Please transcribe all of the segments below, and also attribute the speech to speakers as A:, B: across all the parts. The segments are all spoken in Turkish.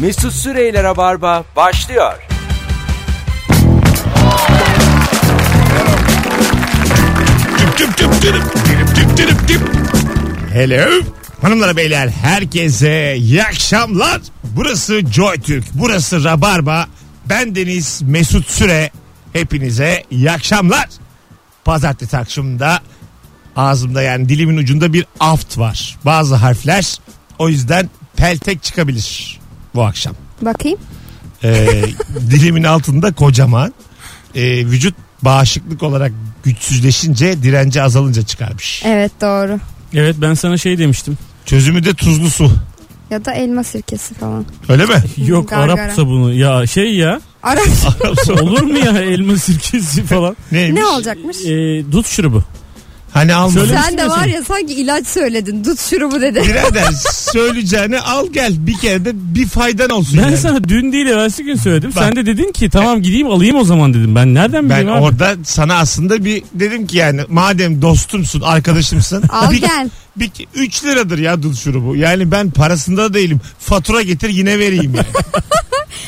A: Mesut Süreyler'e barba başlıyor.
B: Tüp tüp tüp tüp tüp tüp tüp tüp. Hello. Hanımlar beyler herkese iyi akşamlar. Burası Joy Türk. Burası Rabarba. Ben Deniz Mesut Süre. Hepinize iyi akşamlar. Pazartesi akşamında ağzımda yani dilimin ucunda bir aft var. Bazı harfler o yüzden peltek çıkabilir bu akşam.
C: Bakayım.
B: Ee, dilimin altında kocaman. Ee, vücut bağışıklık olarak güçsüzleşince direnci azalınca çıkarmış.
C: Evet doğru.
D: Evet ben sana şey demiştim.
B: Çözümü de tuzlu su.
C: Ya da elma sirkesi falan.
B: Öyle mi?
D: Yok
C: Gargara.
D: Arap sabunu. Ya şey ya.
C: Ara
B: Arap sabunu.
D: Olur mu ya elma sirkesi falan?
B: Neymiş?
C: ne olacakmış?
D: Ee, dut şurubu.
B: Hani alma.
D: Söyle.
C: Sen de
D: misin
C: var
D: sen?
C: ya sanki ilaç söyledin. Dut şurubu dedi.
B: Birader söyleyeceğini al gel bir kere de bir faydan olsun.
D: Ben
B: yani.
D: sana dün değil evvelsi gün söyledim.
B: Bak.
D: Sen de dedin ki tamam gideyim alayım o zaman dedim. Ben
B: ben
D: nereden bileyim abi?
B: orada sana aslında bir dedim ki yani madem dostumsun arkadaşımsın.
C: Al
B: bir,
C: gel.
B: Bir, 3 liradır ya dut şurubu. Yani ben parasında da değilim. Fatura getir yine vereyim yani.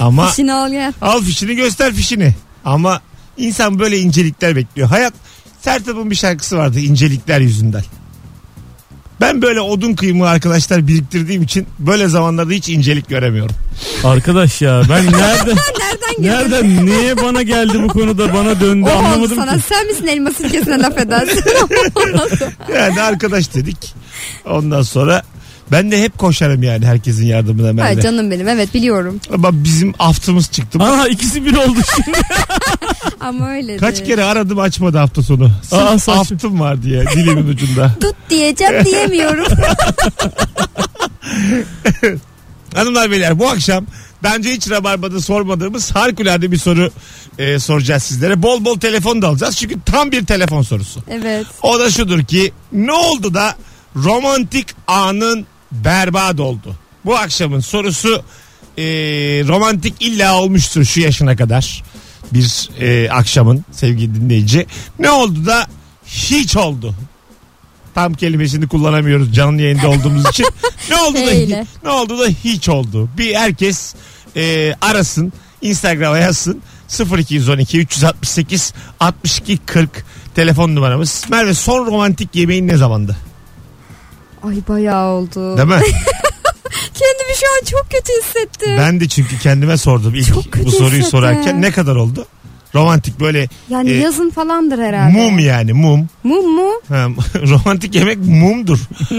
B: Ama
C: İşini al gel.
B: al fişini göster fişini. Ama insan böyle incelikler bekliyor. Hayat Sertab'ın bir şarkısı vardı incelikler yüzünden. Ben böyle odun kıyımı arkadaşlar biriktirdiğim için böyle zamanlarda hiç incelik göremiyorum.
D: Arkadaş ya ben
C: Nereden
D: nereden
C: geldin?
D: nereden niye bana geldi bu konuda bana döndü
C: Oğlum
D: anlamadım
C: sana
D: ki.
C: sen misin elma sirkesine laf edersin?
B: Yani arkadaş dedik. Ondan sonra ben de hep koşarım yani herkesin yardımına
C: Ay
B: ben de.
C: canım benim evet biliyorum.
B: Ama bizim aftımız çıktı.
D: Aha ikisi bir oldu şimdi.
C: Ama öyle
B: Kaç
C: de.
B: kere aradım açmadı hafta sonu. Sırf
D: Aa, saçma.
B: aftım var diye dilimin ucunda.
C: Dut diyeceğim diyemiyorum.
B: Hanımlar beyler bu akşam daha önce hiç Rabarba'da sormadığımız harikulade bir soru e, soracağız sizlere. Bol bol telefon da alacağız çünkü tam bir telefon sorusu.
C: evet.
B: O da şudur ki ne oldu da romantik anın berbat oldu? Bu akşamın sorusu e, romantik illa olmuştur şu yaşına kadar bir e, akşamın sevgili dinleyici. Ne oldu da hiç oldu? Tam kelimesini kullanamıyoruz canlı yayında olduğumuz için. Ne oldu da
C: Öyle.
B: ne oldu da hiç oldu? Bir herkes e, arasın, Instagram'a yazsın. 0212 368 62 40 telefon numaramız. Merve son romantik yemeğin ne zamandı?
C: Ay bayağı oldu.
B: Değil mi?
C: Kendimi şu an çok kötü hissettim.
B: Ben de çünkü kendime sordum ilk
C: Çok kötü
B: bu soruyu
C: hissettim.
B: sorarken ne kadar oldu? Romantik böyle
C: yani
B: e,
C: yazın falandır herhalde.
B: mum yani mum.
C: Mum mu?
B: Ha, romantik yemek mumdur.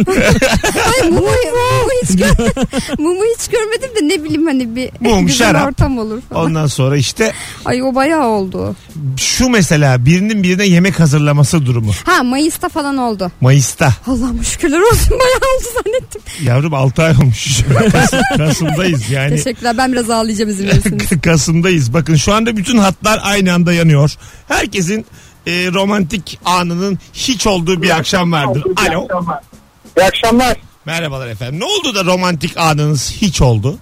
C: Ay mumu, mumu hiç görmedim. mumu hiç görmedim de ne bileyim hani bir
B: Mum,
C: güzel
B: şarap.
C: ortam olur falan.
B: Ondan sonra işte
C: Ay o bayağı oldu.
B: şu mesela birinin birine yemek hazırlaması durumu.
C: Ha Mayıs'ta falan oldu.
B: Mayıs'ta.
C: Allah'ım şükürler olsun bayağı oldu zannettim.
B: Yavrum 6 ay olmuş. Kasım- Kasım'dayız yani.
C: Teşekkürler ben biraz ağlayacağım izin verirseniz.
B: Kasım'dayız. Bakın şu anda bütün hatlar aynı anda yanıyor. Herkesin e, romantik anının hiç olduğu bir akşam vardır. Alo.
E: İyi akşamlar.
B: Merhabalar efendim. Ne oldu da romantik anınız hiç oldu?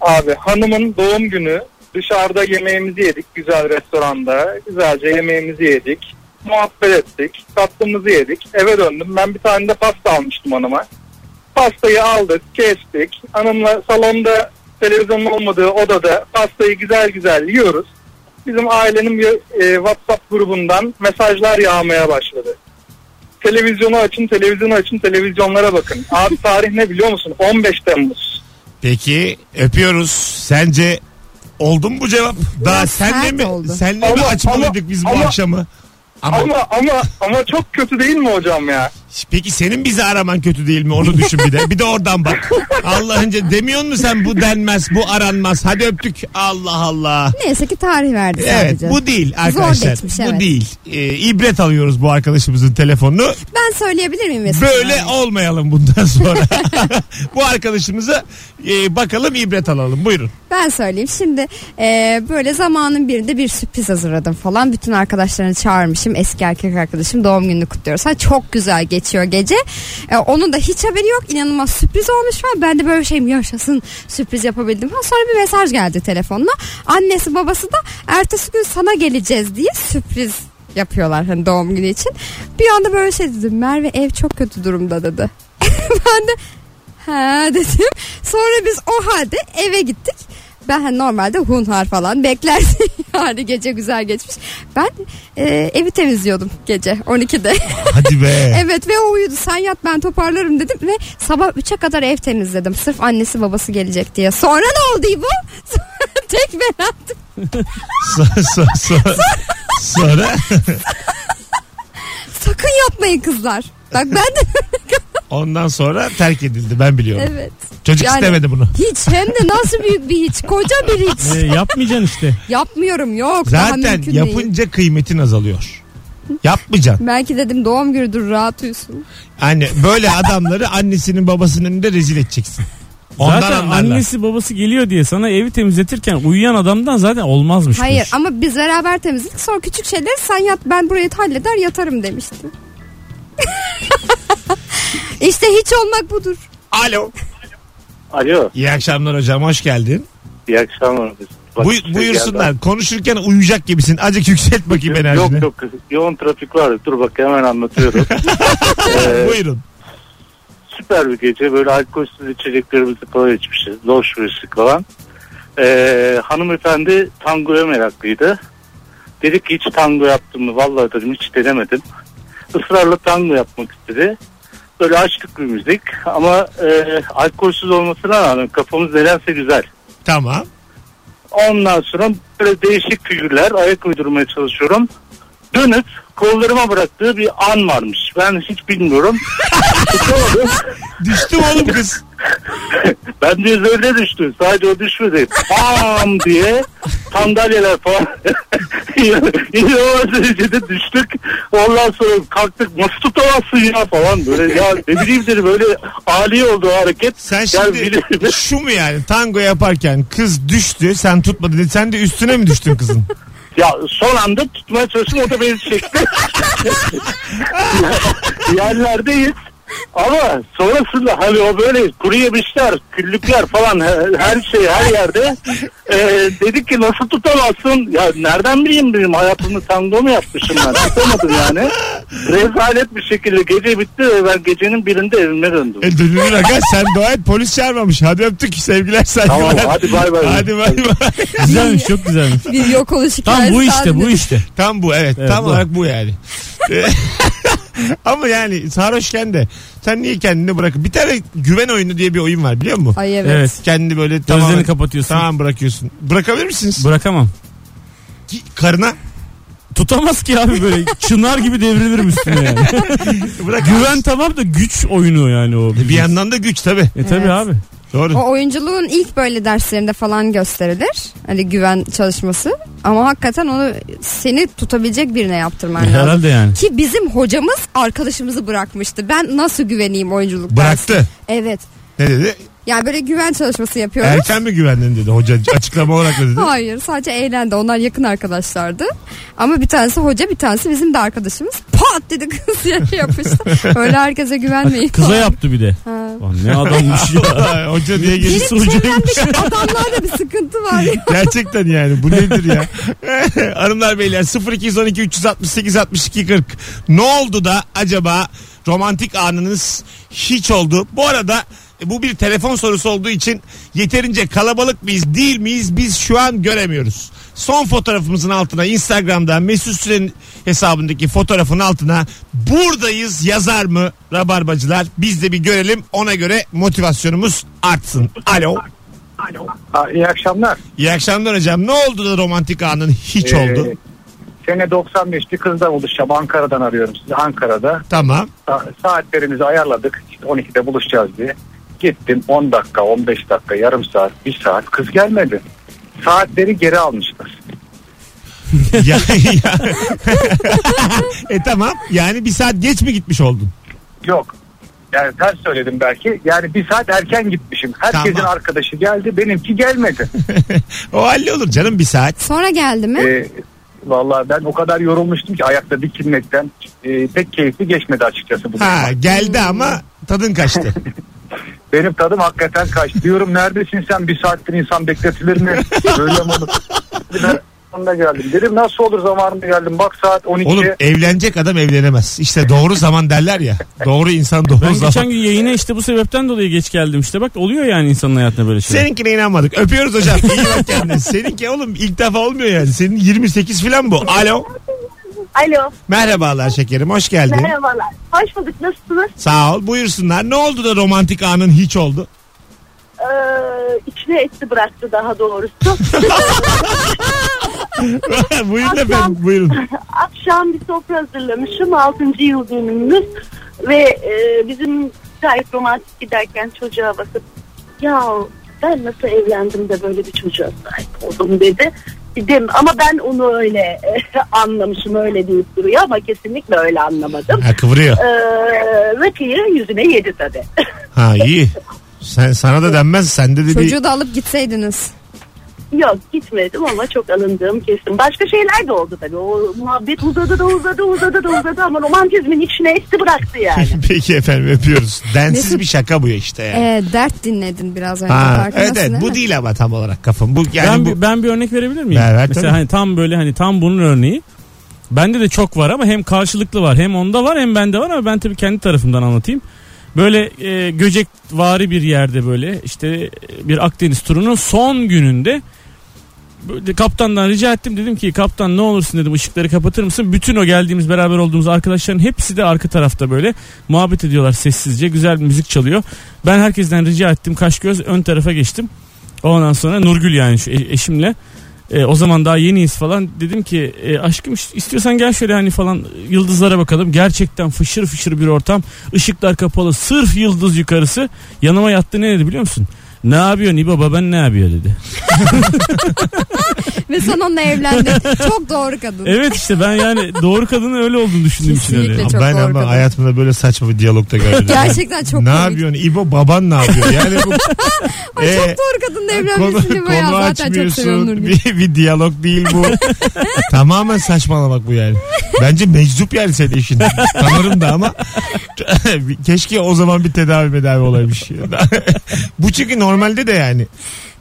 E: Abi hanımın doğum günü dışarıda yemeğimizi yedik güzel restoranda. Güzelce yemeğimizi yedik. Muhabbet ettik. Tatlımızı yedik. Eve döndüm. Ben bir tane de pasta almıştım hanıma. Pastayı aldık, kestik. Hanımla salonda televizyonun olmadığı odada pastayı güzel güzel yiyoruz. Bizim ailenin bir e, WhatsApp grubundan mesajlar yağmaya başladı. Televizyonu açın, televizyonu açın, televizyonlara bakın. Abi tarih ne biliyor musun? 15 Temmuz.
B: Peki öpüyoruz. Sence oldu mu bu cevap? Daha
C: Biraz
B: senle
C: sert
B: mi
C: oldu.
B: senle mi
E: Ama-
B: açmalıydık
E: ama-
B: biz bu
E: ama-
B: akşamı? Ama,
E: Ama ama ama çok kötü değil mi hocam ya?
B: peki senin bizi araman kötü değil mi? Onu düşün bir de. Bir de oradan bak. Allah'ınca demiyor mu sen bu denmez, bu aranmaz. Hadi öptük. Allah Allah.
C: Neyse ki tarih verdi
B: Evet
C: sadece.
B: bu değil arkadaşlar.
C: geçmiş,
B: bu
C: evet.
B: değil. Ee, ibret alıyoruz bu arkadaşımızın telefonunu.
C: Ben söyleyebilir miyim mesela?
B: Böyle olmayalım bundan sonra. bu arkadaşımıza e, bakalım ibret alalım. Buyurun.
C: Ben söyleyeyim. Şimdi e, böyle zamanın birinde bir sürpriz hazırladım falan. Bütün arkadaşlarını çağırmışım. Eski erkek arkadaşım doğum gününü kutluyoruz. Ha, çok güzel geçiyor gece. E, onun da hiç haberi yok. İnanılmaz sürpriz olmuş falan. Ben de böyle şeyim yaşasın sürpriz yapabildim. Ha, sonra bir mesaj geldi telefonla. Annesi babası da ertesi gün sana geleceğiz diye sürpriz yapıyorlar hani doğum günü için. Bir anda böyle şey dedim. Merve ev çok kötü durumda dedi. ben de ha dedim. Sonra biz o halde eve gittik. Ben hani normalde hunhar falan beklerdim. yani gece güzel geçmiş. Ben e, evi temizliyordum gece 12'de.
B: Hadi be.
C: evet ve o uyudu. Sen yat ben toparlarım dedim. Ve sabah 3'e kadar ev temizledim. Sırf annesi babası gelecek diye. Sonra ne oldu bu? Tek ben attım.
B: Sonra, sonra, sonra, sonra
C: Sakın yapmayın kızlar. Bak ben de
B: ondan sonra terk edildi ben biliyorum.
C: evet.
B: Çocuk
C: Yani-
B: istemedi bunu.
C: Hiç hem de nasıl büyük bir hiç. Koca bir hiç.
D: Ee, yapmayacaksın işte.
C: Yapmıyorum yok. daha
B: Zaten
C: mümkün değil.
B: yapınca kıymetin azalıyor. Yapmayacaksın.
C: Belki dedim doğum günüdür rahat uyusun.
B: Anne böyle adamları annesinin babasının önünde rezil edeceksin. Ondan
D: zaten
B: anlarlar.
D: annesi babası geliyor diye sana evi temizletirken uyuyan adamdan zaten olmazmış. bu
C: Hayır
D: iş.
C: ama biz beraber temizledik. Sonra küçük şeyleri sen yat ben burayı halleder yatarım demiştim. işte hiç olmak budur.
B: Alo.
E: Alo.
B: İyi akşamlar hocam hoş geldin.
E: İyi akşamlar. şey
B: Buy- buyursunlar. Konuşurken uyuyacak gibisin. Azıcık yükselt bakayım enerjini.
E: Yok yok yoğun trafik vardı. Dur bak hemen anlatıyorum. Ee,
B: Buyurun.
E: süper bir gece. Böyle alkolsüz içeceklerimizi falan içmişiz. Loş birisi falan. Ee, hanımefendi tangoya meraklıydı. Dedik ki hiç tango yaptın mı? Vallahi dedim hiç denemedim. Israrla tango yapmak istedi. Böyle açtık bir müzik ama e, alkolsüz olmasına rağmen kafamız nedense güzel.
B: Tamam.
E: Ondan sonra böyle değişik figürler ayak uydurmaya çalışıyorum. Dönüp kollarıma bıraktığı bir an varmış. Ben hiç bilmiyorum. Tutamadım.
B: Düştüm oğlum kız.
E: ben de üzerine düştüm. Sadece o düşmedi. Bam diye sandalyeler falan. İnanılmaz derecede düştük. Ondan sonra kalktık. Nasıl tutamazsın ya falan. Böyle ya ne bileyim dedim. Böyle ali oldu o hareket.
B: Sen
E: Yani
B: şimdi
E: bili-
B: şu mu yani tango yaparken kız düştü sen tutmadın dedi. Sen de üstüne mi düştün kızın?
E: Ya son anda tutmaya çalıştım o da beni çekti. Yerlerdeyiz. Ama sonrasında hani o böyle kuru yemişler, küllükler falan he- her şey her yerde. Ee, dedik ki nasıl tutamazsın? Ya nereden bileyim dedim hayatımda tango mu yapmışım ben? Tutamadım yani. Rezalet bir şekilde gece bitti ve ben gecenin birinde evime döndüm.
B: E dönülür aga sen dua et polis çağırmamış. Hadi öptük sevgiler saygılar.
E: Tamam, hadi bay bay.
B: Hadi bay bay.
D: Güzelmiş çok güzelmiş.
C: Bir yok oluş
D: şey. Tam
C: hikayesi tahmin
D: bu işte bu
C: edin.
D: işte.
B: Tam bu evet,
D: Evet,
B: tam
D: bu.
B: olarak bu yani. E, Ama yani sarhoşken de sen niye kendini bırak? Bir tane güven oyunu diye bir oyun var biliyor musun?
C: Ay evet.
D: Evet.
B: Kendini böyle
D: Gözlerini
B: tamamen-
D: kapatıyorsun.
B: Tamam bırakıyorsun. Bırakabilir misiniz?
D: Bırakamam.
B: Ki- Karına
D: Tutamaz ki abi böyle çınar gibi devrilirim üstüne yani.
B: bırak.
D: Güven tamam da güç oyunu yani o.
B: Bir yandan da güç tabi.
D: E tabi
C: Evet.
D: abi.
B: Doğru.
C: O oyunculuğun ilk böyle derslerinde falan gösterilir. Hani güven çalışması. Ama hakikaten onu seni tutabilecek birine yaptırman lazım.
D: Herhalde yani.
C: Ki bizim hocamız arkadaşımızı bırakmıştı. Ben nasıl güveneyim oyunculuk dersine?
B: Bıraktı.
C: Evet.
B: Ne dedi?
C: Yani böyle güven çalışması yapıyoruz.
B: Erken mi güvendin dedi hoca açıklama olarak da dedi.
C: Hayır sadece eğlendi. Onlar yakın arkadaşlardı. Ama bir tanesi hoca bir tanesi bizim de arkadaşımız. Pat dedi kız yere yapıştı. Öyle herkese güvenmeyin.
D: Kıza yaptı bir de.
C: Ha.
D: Lan ne adammış ya.
B: Ha, hoca diye
C: Benim
B: gelirse hoca.
C: çevremdeki adamlarda bir sıkıntı var ya.
B: Gerçekten yani bu nedir ya? Hanımlar beyler 0212 368 62 40. Ne oldu da acaba romantik anınız hiç oldu? Bu arada e, bu bir telefon sorusu olduğu için yeterince kalabalık mıyız değil miyiz biz şu an göremiyoruz. Son fotoğrafımızın altına Instagram'da Mesut Süren'in hesabındaki fotoğrafın altına buradayız yazar mı Rabarbacılar? Biz de bir görelim ona göre motivasyonumuz artsın. Alo.
F: Ha, iyi akşamlar.
B: İyi akşamlar hocam. Ne oldu da romantik anın hiç
F: Ee,
B: oldu?
F: Sene 95 bir kızla buluşacağım. Ankara'dan arıyorum sizi. Ankara'da
B: Tamam.
F: Sa- saatlerimizi ayarladık. İşte 12'de buluşacağız diye. Gittim 10 dakika, 15 dakika, yarım saat, 1 saat. Kız gelmedi. Saatleri geri almışlar.
B: ya, ya. e tamam. Yani bir saat geç mi gitmiş oldun?
F: Yok. Yani ters söyledim belki. Yani bir saat erken gitmişim. Herkesin
B: Tamam.
F: arkadaşı geldi. Benimki gelmedi.
B: o halli olur canım bir saat.
C: Sonra geldi mi?
F: Ee, Vallahi ben o kadar yorulmuştum ki ayakta dikilmekten Ee, pek keyifli geçmedi açıkçası bu.
B: Ha geldi ama tadın kaçtı.
F: Benim tadım hakikaten kaç. Diyorum neredesin sen bir saattir insan bekletilir mi? Böyle mi olur? Ben zamanında geldim. Dedim nasıl olur zamanında geldim. Bak saat 12'ye.
B: Oğlum e- evlenecek adam evlenemez. İşte doğru zaman derler ya. Doğru insan doğru
D: Ben
B: zaman.
D: geçen gün yayına işte bu sebepten dolayı geç geldim işte. Bak oluyor yani insanın hayatında böyle şeyler.
B: Seninkine inanmadık. Öpüyoruz hocam. İyi bak kendine. Seninki oğlum ilk defa olmuyor yani. Senin 28 falan bu. Alo.
G: Alo.
B: Merhabalar şekerim. Hoş geldin.
G: Merhabalar. Hoş bulduk. Nasılsınız?
B: Sağ ol. Buyursunlar. Ne oldu da romantik anın hiç oldu?
G: Ee, içine etti bıraktı daha doğrusu.
B: buyurun
G: Akşam.
B: efendim. Buyurun.
G: Akşam bir sofra hazırlamışım. 6. yıl dönümümüz. Ve e, bizim gayet romantik giderken çocuğa basıp ya ben nasıl evlendim de böyle bir çocuğa sahip oldum dedi. Dedim ama ben onu öyle e, anlamışım öyle deyip duruyor ama kesinlikle öyle anlamadım.
B: Ha kıvırıyor.
G: Ee, rakıyı yüzüne yedi tabii.
B: Ha iyi. Sen sana da denmez. Sende de bir
C: Çocuğu da alıp gitseydiniz.
G: Yok gitmedim ama çok alındığım kesin. Başka şeyler de oldu tabii. O muhabbet uzadı da uzadı uzadı da uzadı ama romantizmin içine esti bıraktı yani.
B: Peki efendim öpüyoruz. Densiz bir şaka bu ya işte yani.
C: Ee, dert dinledin biraz önce.
B: Ha,
C: farkındasın
B: evet evet
C: değil
B: bu
C: mi?
B: değil ama tam olarak kafam. Bu yani
D: ben,
B: bu
D: bir- ben bir örnek verebilir miyim?
B: Ver, ver
D: Mesela
B: tabii.
D: hani tam böyle hani tam bunun örneği. Bende de çok var ama hem karşılıklı var hem onda var hem bende var ama ben tabii kendi tarafımdan anlatayım. Böyle e, göcek vari bir yerde böyle işte e, bir Akdeniz turunun son gününde böyle kaptandan rica ettim dedim ki kaptan ne olursun dedim ışıkları kapatır mısın? Bütün o geldiğimiz beraber olduğumuz arkadaşların hepsi de arka tarafta böyle muhabbet ediyorlar sessizce güzel bir müzik çalıyor. Ben herkesten rica ettim kaş göz ön tarafa geçtim. Ondan sonra Nurgül yani şu e- eşimle e, o zaman daha yeniyiz falan dedim ki e, aşkım ist- istiyorsan gel şöyle hani falan yıldızlara bakalım. Gerçekten fışır fışır bir ortam. Işıklar kapalı sırf yıldız yukarısı. Yanıma yattı ne dedi biliyor musun? Ne yapıyorsun İbo baban ne yapıyor dedi.
C: Ve sen onunla evlendin. Çok doğru kadın.
D: Evet işte ben yani doğru kadının öyle olduğunu düşündüğüm için öyle.
C: Kesinlikle.
B: Ama
C: çok
B: ben
C: doğru
B: ama
C: kadın.
B: hayatımda böyle saçma bir diyalogda görmedim.
C: Gerçekten çok
B: Ne
C: komik.
B: yapıyorsun? İbo baban ne yapıyor? Yani bu
C: Ay, çok
B: Ee,
C: doğru kadınla
B: konu,
C: evlenmişsin değil mi ya?
B: konu
C: Zaten çok seviyorum
B: açmıyorsun.
C: Nurgül.
B: Bir, bir diyalog değil bu. Tamamen saçmalamak bu yani. Bence meczup yani senin işin. Tanırım da ama keşke o zaman bir tedavi medavi olaymış. bu çünkü normalde de yani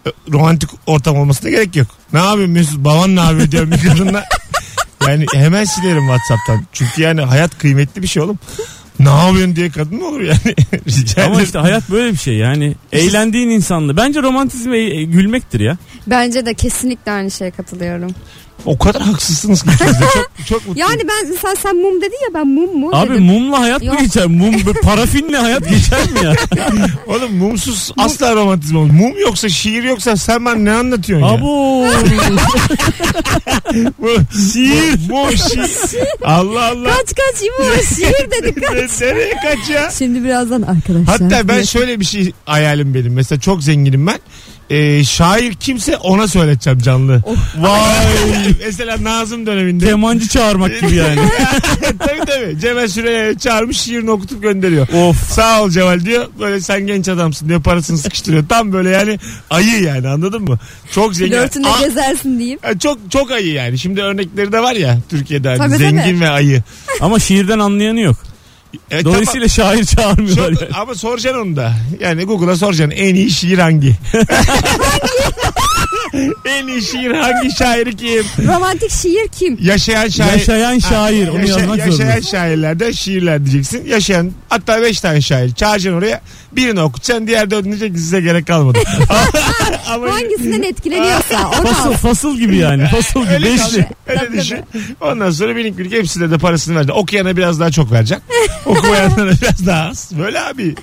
B: e, romantik ortam olmasına gerek yok. Ne yapıyorsun Mesut? Baban ne yapıyor diyorum bir kadınla. Yani hemen silerim Whatsapp'tan. Çünkü yani hayat kıymetli bir şey oğlum. Ne yapıyorsun diye kadın mı olur yani? Rica
D: Ama
B: ederim.
D: işte hayat böyle bir şey yani. Eğlendiğin insanla. Bence romantizm e- e- gülmektir ya.
C: Bence de kesinlikle aynı şeye katılıyorum.
B: O kadar haksızsınız ki ikiniz de. Çok, çok mutluyum.
C: Yani ben mesela sen mum dedin ya ben mum mu
D: Abi
C: dedim.
D: mumla hayat mı
C: Yok.
D: geçer? Mum parafinle hayat geçer mi ya?
B: Oğlum mumsuz asla romantizm olmaz. Mum yoksa şiir yoksa sen bana ne anlatıyorsun ya?
D: Abo.
B: Bu, şiir. Mum şiir. Allah Allah.
C: Kaç kaç İbo şiir dedik
B: Ne-
C: kaç.
B: Nereye kaç ya?
C: Şimdi birazdan arkadaşlar.
B: Hatta ben
C: Evet.
B: şöyle bir şey hayalim benim. Mesela çok zenginim ben. Ee, şair kimse ona söyleteceğim canlı. Vay. Mesela Nazım döneminde.
D: Kemancı çağırmak gibi yani.
B: tabii tabii. Cemal Süreyya'ya çağırmış şiirini okutup gönderiyor.
D: Of.
B: Sağ ol Cemal diyor. Böyle sen genç adamsın diyor. Parasını sıkıştırıyor. Tam böyle yani ayı yani anladın mı? Çok zengin.
C: Flörtünde
B: Aa,
C: gezersin diyeyim.
B: Yani E, çok çok ayı yani. Şimdi örnekleri de var ya Türkiye'de hani
C: Tabii,
B: zengin
C: tabii.
B: ve ayı.
D: Ama şiirden anlayanı yok.
B: E,
D: Dolayısıyla şair
B: tamam.
D: çağırmıyorlar
B: Çok-
D: yani.
B: ama soracaksın onu da. Yani Google'a soracaksın en iyi şiir hangi? en iyi şiir hangi şairi kim?
C: Romantik şiir kim?
B: Yaşayan şair.
D: Yaşayan şair. Onu
B: Yaşa-
D: yazmak
B: yaşayan
D: zorundasın.
B: şairlerde şiirler diyeceksin. Yaşayan hatta beş tane şair. Çağıracaksın oraya. Birini okutacaksın. Diğer de diyecek ki size gerek kalmadı. ama
C: Hangisinden etkileniyorsa onu
D: Fasıl,
C: al.
D: fasıl gibi yani. Fasıl gibi.
B: Öyle,
D: Beşli.
B: kaldı. Öyle düşün. Ondan sonra binik binik hepsine de parasını verdi. Okuyana biraz daha çok verecek. Okumayanlara biraz daha az. Böyle abi.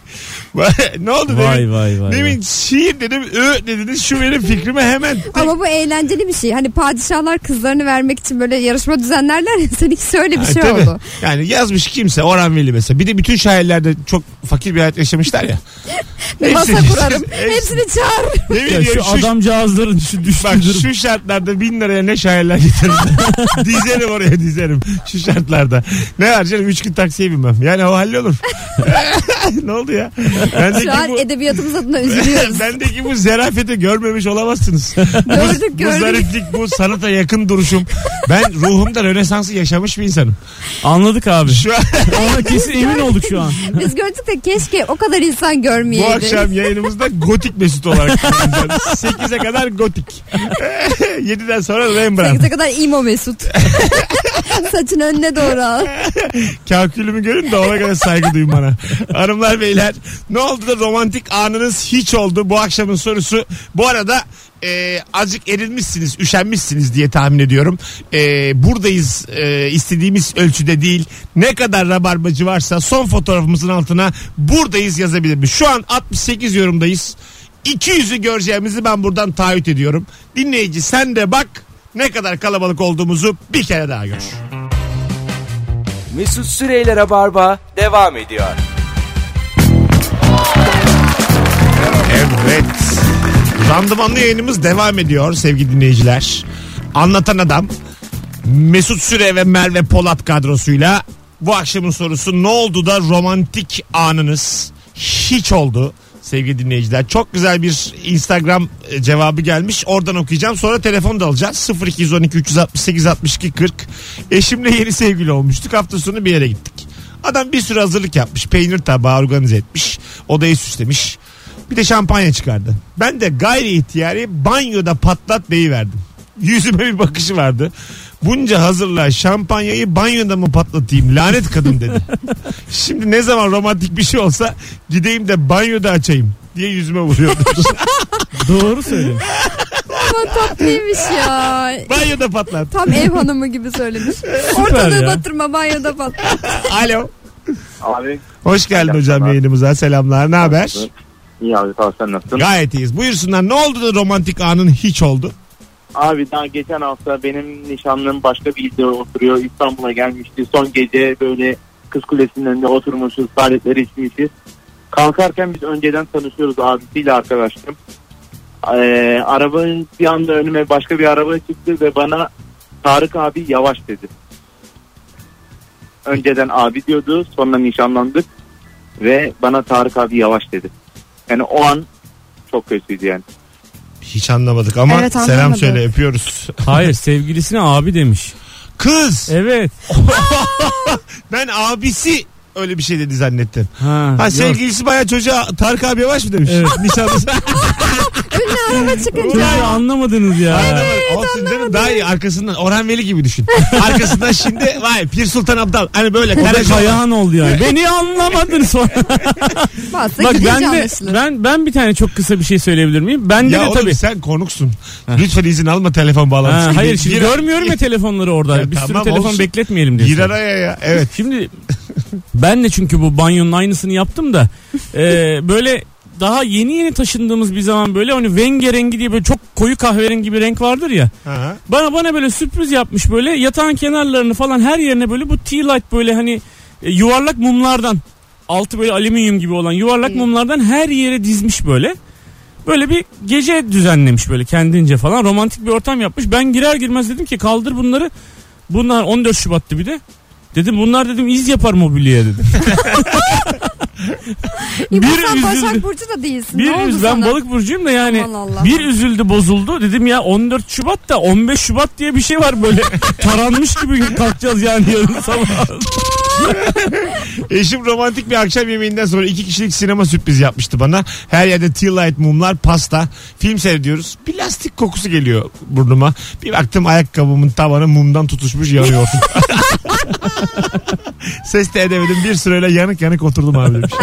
B: ne oldu
D: Vay
B: demin?
D: vay vay.
B: Demin şiir dedim ö dediniz şu benim fikrime hemen tek-
C: Ama bu eğlenceli bir şey. Hani padişahlar kızlarını vermek için böyle yarışma düzenlerler ya. Seninki öyle bir
B: Ha,
C: şey
B: tabii.
C: oldu.
B: Yani yazmış kimse Orhan Veli mesela. Bir de bütün şairlerde çok fakir bir hayat yaşamışlar ya.
C: Masa
B: Hepsi-
C: kurarım.
B: hepsi-
C: Hepsini çağır.
B: Yemin
D: Ya
B: ediyorum
D: şu adamcağızların şu
B: Bak
D: düştüğü durum.
B: şu şartlarda bin liraya ne şairler getirirler. dizerim oraya dizerim. Şu şartlarda. Ne var canım üç gün taksiye binmem. Yani o hallolur. ne oldu ya? Bendeki
C: Şu an
B: bu,
C: edebiyatımız adına üzülüyoruz.
B: bendeki bu zerafeti görmemiş olamazsınız.
C: Gördük,
B: bu, bu
C: gördük.
B: zariflik, bu sanata yakın duruşum. Ben ruhumda Rönesans'ı yaşamış bir insanım.
D: Anladık abi.
B: Şu an
D: Ona kesin emin olduk şu an.
C: Biz gördük de keşke o kadar insan insan görmeyeydi.
B: Bu akşam yayınımızda gotik mesut olarak kullanacağız. 8'e kadar gotik. 7'den sonra Rembrandt.
C: 8'e kadar imo Mesut. Saçın önüne doğru al.
B: Kalkülümü görün de ona kadar saygı duyun bana. Hanımlar beyler ne oldu da romantik anınız hiç oldu bu akşamın sorusu. Bu arada e, azıcık erilmişsiniz, üşenmişsiniz diye tahmin ediyorum. E, buradayız e, istediğimiz ölçüde değil. Ne kadar rabarbacı varsa son fotoğrafımızın altına buradayız yazabilir mi? Şu an 68 yorumdayız. 200'ü göreceğimizi ben buradan taahhüt ediyorum. Dinleyici sen de bak ne kadar kalabalık olduğumuzu bir kere daha gör.
A: Mesut Süreyler'e barba devam ediyor.
B: Evet. Randımanlı yayınımız devam ediyor sevgili dinleyiciler. Anlatan adam Mesut Süre ve Merve Polat kadrosuyla bu akşamın sorusu ne oldu da romantik anınız hiç oldu sevgili dinleyiciler. Çok güzel bir Instagram e, cevabı gelmiş. Oradan okuyacağım. Sonra telefon da alacağız. 0212 368 62 40. Eşimle yeni sevgili olmuştuk. Hafta sonu bir yere gittik. Adam bir sürü hazırlık yapmış. Peynir tabağı organize etmiş. Odayı süslemiş. Bir de şampanya çıkardı. Ben de gayri ihtiyari banyoda patlat verdim. Yüzüme bir bakışı vardı. Bunca hazırla şampanyayı banyoda mı patlatayım lanet kadın dedi. Şimdi ne zaman romantik bir şey olsa gideyim de banyoda açayım diye yüzüme vuruyordu.
D: Doğru söylüyorsun.
C: Ama tatlıymış ya.
B: banyoda patlat.
C: Tam ev hanımı gibi söylemiş. Ortalığı
D: ya.
C: batırma banyoda bat.
B: Alo.
F: Abi
B: Hoş geldin hocam yayınımıza. Selamlar. Ne haber?
F: iyi abi sağ ol, sen nasılsın?
B: Gayet iyiyiz. Buyursunlar. Ne oldu da romantik anın hiç oldu?
F: Abi daha geçen hafta benim nişanlım başka bir ilde oturuyor. İstanbul'a gelmişti. Son gece böyle Kız Kulesi'nin önünde oturmuşuz. Saadetleri içmişiz. Kalkarken biz önceden tanışıyoruz abisiyle arkadaşım. Ee, arabanın bir anda önüme başka bir araba çıktı ve bana Tarık abi yavaş dedi. Önceden abi diyordu. Sonra nişanlandık. Ve bana Tarık abi yavaş dedi. Yani o an çok kötüydü yani.
B: Hiç anlamadık ama
C: Evet,
B: selam
C: anlamadık.
B: söyle öpüyoruz.
D: Hayır sevgilisine abi demiş.
B: Kız
D: Evet.
B: ben abisi öyle bir şey dedi zannettim.
D: Ha,
B: Ha
D: yok.
B: sevgilisi bayağı çocuğa Tarık abi yavaş mı demiş?
D: Evet.
B: Nişanlısı.
C: Önüne araba çıkınca.
D: Siz de anlamadınız ya.
B: Olsun canım daha iyi arkasından Orhan Veli gibi düşün. Arkasından şimdi vay Pir Sultan Abdal hani böyle
D: O da
B: Karaca-
D: kayağın oldu yani. Beni anlamadın sonra.
C: Bazı
D: Bak
C: gidince
D: ben de
C: anlaşılır.
D: ben ben bir tane çok kısa bir şey söyleyebilir miyim? Ben de,
B: Ya oğlum
D: tabii.
B: sen konuksun. Lütfen izin alma telefon bağlantısı.
D: Ha,
B: gibi.
D: hayır şimdi
B: Gir-
D: görmüyorum ya telefonları orada.
B: Ya
D: bir sürü
B: tamam,
D: telefon
B: olsun.
D: bekletmeyelim diye.
B: Gir araya ya. Evet.
D: Şimdi ben de çünkü bu banyonun aynısını yaptım da e, böyle daha yeni yeni taşındığımız bir zaman böyle hani rengarengi diye böyle çok koyu kahverengi bir renk vardır ya.
B: Ha.
D: Bana bana böyle sürpriz yapmış böyle yatağın kenarlarını falan her yerine böyle bu tea light böyle hani e, yuvarlak mumlardan altı böyle alüminyum gibi olan yuvarlak
C: Hmm.
D: mumlardan her yere dizmiş böyle. Böyle bir gece düzenlemiş böyle kendince falan romantik bir ortam yapmış. Ben girer girmez dedim ki kaldır bunları. Bunlar 14 Şubat'tı bir de. Dedim bunlar dedim iz yapar mobilyaya dedim.
C: İbo
D: bir
C: sen
D: üzüldü.
C: Başak Burcu da değilsin.
D: Bir
C: ne oldu
D: üz- ben
C: sana?
D: balık burcuyum da yani
C: Aman Allah'ım.
D: bir üzüldü bozuldu dedim ya 14 Şubat da 15 Şubat diye bir şey var böyle taranmış gibi kalkacağız yani yarın sabah.
B: Eşim romantik bir akşam yemeğinden sonra iki kişilik sinema sürpriz yapmıştı bana. Her yerde tea light mumlar, pasta. Film seyrediyoruz. Bir lastik kokusu geliyor burnuma. Bir baktım ayakkabımın tabanı mumdan tutuşmuş yanıyor. Ses de edemedim. Bir süreyle yanık yanık oturdum abi demiş.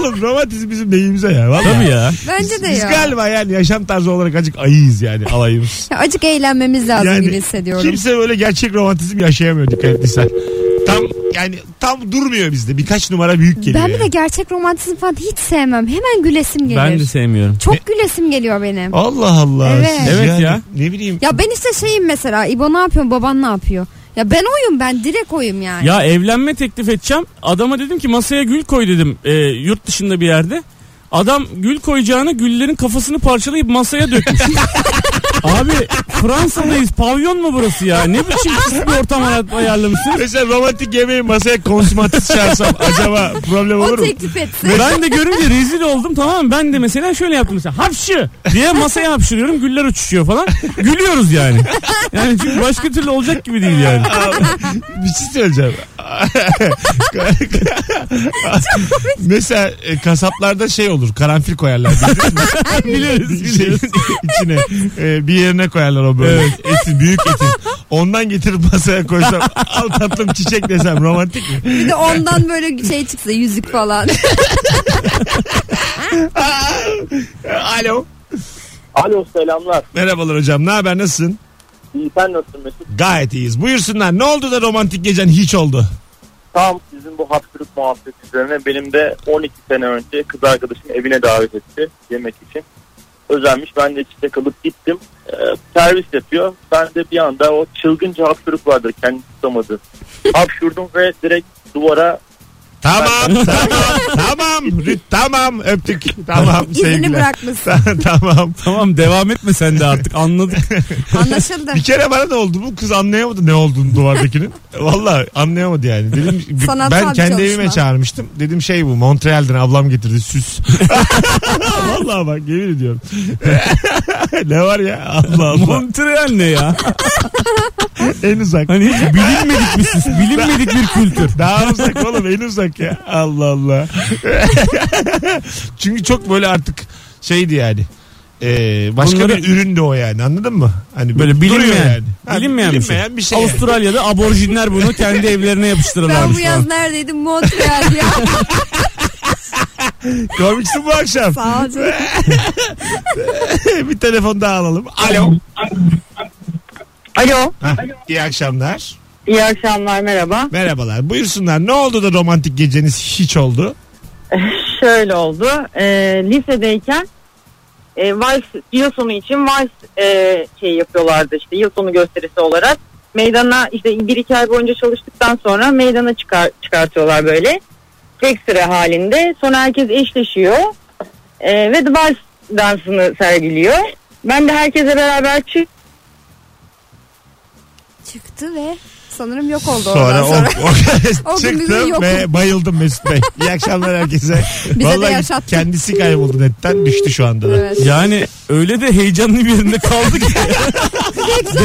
B: Oğlum romantizm bizim neyimize ya. Vallahi.
D: Tabii ya.
C: Bence de
B: Biz
C: ya.
B: galiba yani yaşam tarzı olarak acık ayıyız yani alayımız.
C: Ya Acık eğlenmemiz lazım gibi hissediyorum.
B: Kimse böyle gerçek romantizm yaşayamıyor dikkat ettiysen. Tam yani tam durmuyor bizde. Birkaç numara büyük geliyor.
C: ben bir de
B: yani.
C: gerçek romantizm falan hiç sevmem. Hemen gülesim gelir.
D: Ben de sevmiyorum.
C: Çok gülesim geliyor benim.
B: Allah Allah.
C: Evet.
B: Siz
D: Evet
B: yani
D: ya.
B: Ne bileyim.
C: Ya ben işte şeyim mesela İbo ne yapıyor baban ne yapıyor? Ya ben oyum ben direkt oyum yani.
D: Ya evlenme teklif edeceğim. Adama dedim ki masaya gül koy dedim e, yurt dışında bir yerde. Adam gül koyacağına güllerin kafasını parçalayıp masaya dökmüş. Abi Fransa'dayız. Pavyon mu burası ya? Ne biçim pis bir ortam ay- ayarlamışsınız?
B: Mesela romantik yemeği masaya konsumatif çağırsam acaba problem
C: O
B: olur mu?
C: teklif etsin.
D: Ben de görünce rezil oldum tamam mı? Ben de mesela şöyle yaptım mesela hapşı diye masaya hapşırıyorum güller uçuşuyor falan. Gülüyoruz yani. Yani çünkü başka türlü olacak gibi değil yani.
B: Bir şey söyleyeceğim. Mesela e, kasaplarda şey olur karanfil koyarlar. Bildiniz mi?
D: Biliriz
B: Şeyin
D: biliriz.
B: içine e, bir yerine koyarlar o böyle eti büyük eti. Ondan getirip masaya koysam al tatlım çiçek desem romantik mi?
C: Bir de ondan böyle şey çıksa yüzük falan.
B: Alo.
F: Alo selamlar.
B: Merhabalar hocam ne haber nasılsın?
F: İyi sen nasılsın Mesut?
B: Gayet iyiyiz. Buyursunlar ne oldu da romantik gecen hiç oldu?
F: Tam sizin bu hapşırık muhabbeti üzerine benim de 12 sene önce kız arkadaşım evine davet etti yemek için. Özenmiş ben de çiçek alıp gittim. Ee, servis yapıyor. Ben de bir anda o çılgınca hapşırık vardır kendi tutamadı. Hapşurdum ve direkt duvara
B: Tamam tamam tamam Rü- tamam öptük tamam
C: İzini
B: sevgiler.
C: bırakmasın.
B: Ta- tamam.
D: Tamam devam etme sen de artık anladık.
C: Anlaşıldı.
B: Bir kere bana da oldu bu kız anlayamadı ne olduğunu duvardakinin. Valla anlayamadı yani. Dedim b-
C: Sanatsal
B: ben
C: bir
B: kendi
C: çalışma.
B: evime çağırmıştım. Dedim şey bu Montreal'den ablam getirdi süs. Valla bak yemin ediyorum. ne var ya Allah Allah.
D: Montreal ne ya?
B: en uzak.
D: Hani hiç bilinmedik bir süs, bilinmedik bir kültür.
B: Daha uzak oğlum en uzak ya. Allah Allah. Çünkü çok böyle artık şeydi yani. Ee, başka
D: Bunları-
B: bir ürün de o yani anladın mı? Hani
D: Böyle
B: duruyor
D: bilinmeyen,
B: Ha,
D: bilinmeyen,
B: bilinmeyen bir şey. yani.
D: Avustralya'da aborjinler bunu kendi evlerine
C: Ben
D: yapıştırırlarmış
C: bu
D: falan.
C: yaz neredeydim? Montreal ya.
B: Komiksin bu akşam.
C: Sağ ol canım.
B: bir telefon daha alalım. Alo.
H: Alo.
B: Hah, iyi akşamlar.
H: İyi akşamlar merhaba.
B: Merhabalar. Buyursunlar. Ne oldu da romantik geceniz hiç oldu?
H: Şöyle oldu. E, lisedeyken e, Vals yıl sonu için Vals e, şey yapıyorlardı işte yıl sonu gösterisi olarak. Meydana işte bir iki ay boyunca çalıştıktan sonra meydana çıkar, çıkartıyorlar böyle. Tek sıra halinde. Sonra herkes eşleşiyor. E, ve The Vals dansını sergiliyor. Ben de herkese beraber çık
C: Çıktı ve sanırım yok oldu
B: Sonra,
C: oradan sonra.
B: o, o
C: O gün bize
B: çıktım
C: yokum.
B: ve bayıldım Mesut Bey. İyi akşamlar herkese.
C: de
B: Vallahi
C: yaşattın.
B: kendisi kayboldu netten düştü şu anda da.
C: Evet.
D: Yani öyle de heyecanlı bir yerinde kaldık ki.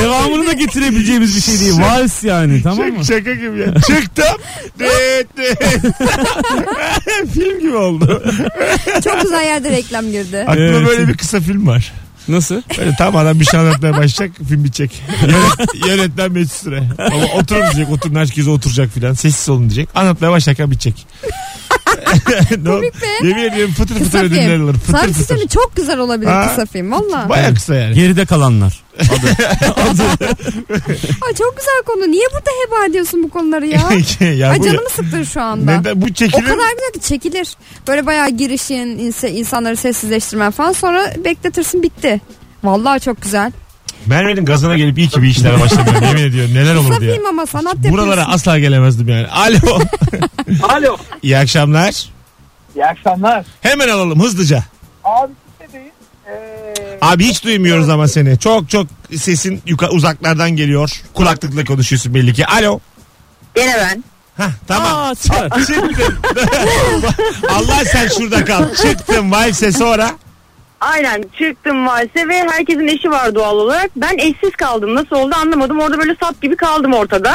D: Devamını da getirebileceğimiz bir şey değil. Vals yani tamam
B: Şaka,
D: mı?
B: şaka gibi ya. Çıktım. Düt, düt. film gibi oldu.
C: Çok güzel yerde reklam girdi.
B: Aklıma
D: Evet.
B: böyle bir kısa film var.
D: Nasıl?
B: Böyle tam adam bir şey anlatmaya başlayacak film bitecek. Yönet, yönetmen Mesut Süre. Ama oturun diyecek oturun herkese oturacak filan. Sessiz olun diyecek. Anlatmaya başlarken bitecek. ne oldu? Yemin ediyorum fıtır fıtır
C: Kısa
B: ödüller
C: film.
B: alır.
C: Sana
B: Fıtır
C: bir şey
B: fıtır.
C: söyleyeyim mi? çok güzel olabilir
B: Ha?
C: kısa film valla.
B: Baya kısa yani.
D: Geride kalanlar.
C: Ay çok güzel konu. Niye burada heba ediyorsun bu konuları ya?
B: ya
C: Ay
B: bu-
C: canımı sıktın şu anda.
B: neden bu
C: O
B: çekilir?
C: kadar güzel ki çekilir. Böyle bayağı girişin, inse- insanları sessizleştirmen falan sonra bekletirsin bitti. Vallahi çok güzel.
B: Merve'nin gazına gelip iyi ki bir işlere başlamıyorum. Yemin ediyorum neler
C: Kısa
B: olur diye.
C: film ama sanat yapıyorsun.
B: Buralara asla gelemezdim yani. Alo.
E: Alo.
B: İyi akşamlar.
E: İyi akşamlar.
B: Hemen alalım hızlıca.
E: Abi lisedeyiz. Ee,
B: Abi hiç duymuyoruz ama seni. Çok çok sesin yuka, uzaklardan geliyor. Kulaklıkla konuşuyorsun belli ki. Alo.
H: Gene ben.
B: Hah tamam.
D: Aa, süper.
B: Çıktım. Allah sen şurada kal. Çıktım valse sonra.
H: Aynen çıktım valse ve herkesin eşi var doğal olarak. Ben eşsiz kaldım nasıl oldu anlamadım. Orada böyle sap gibi kaldım ortada.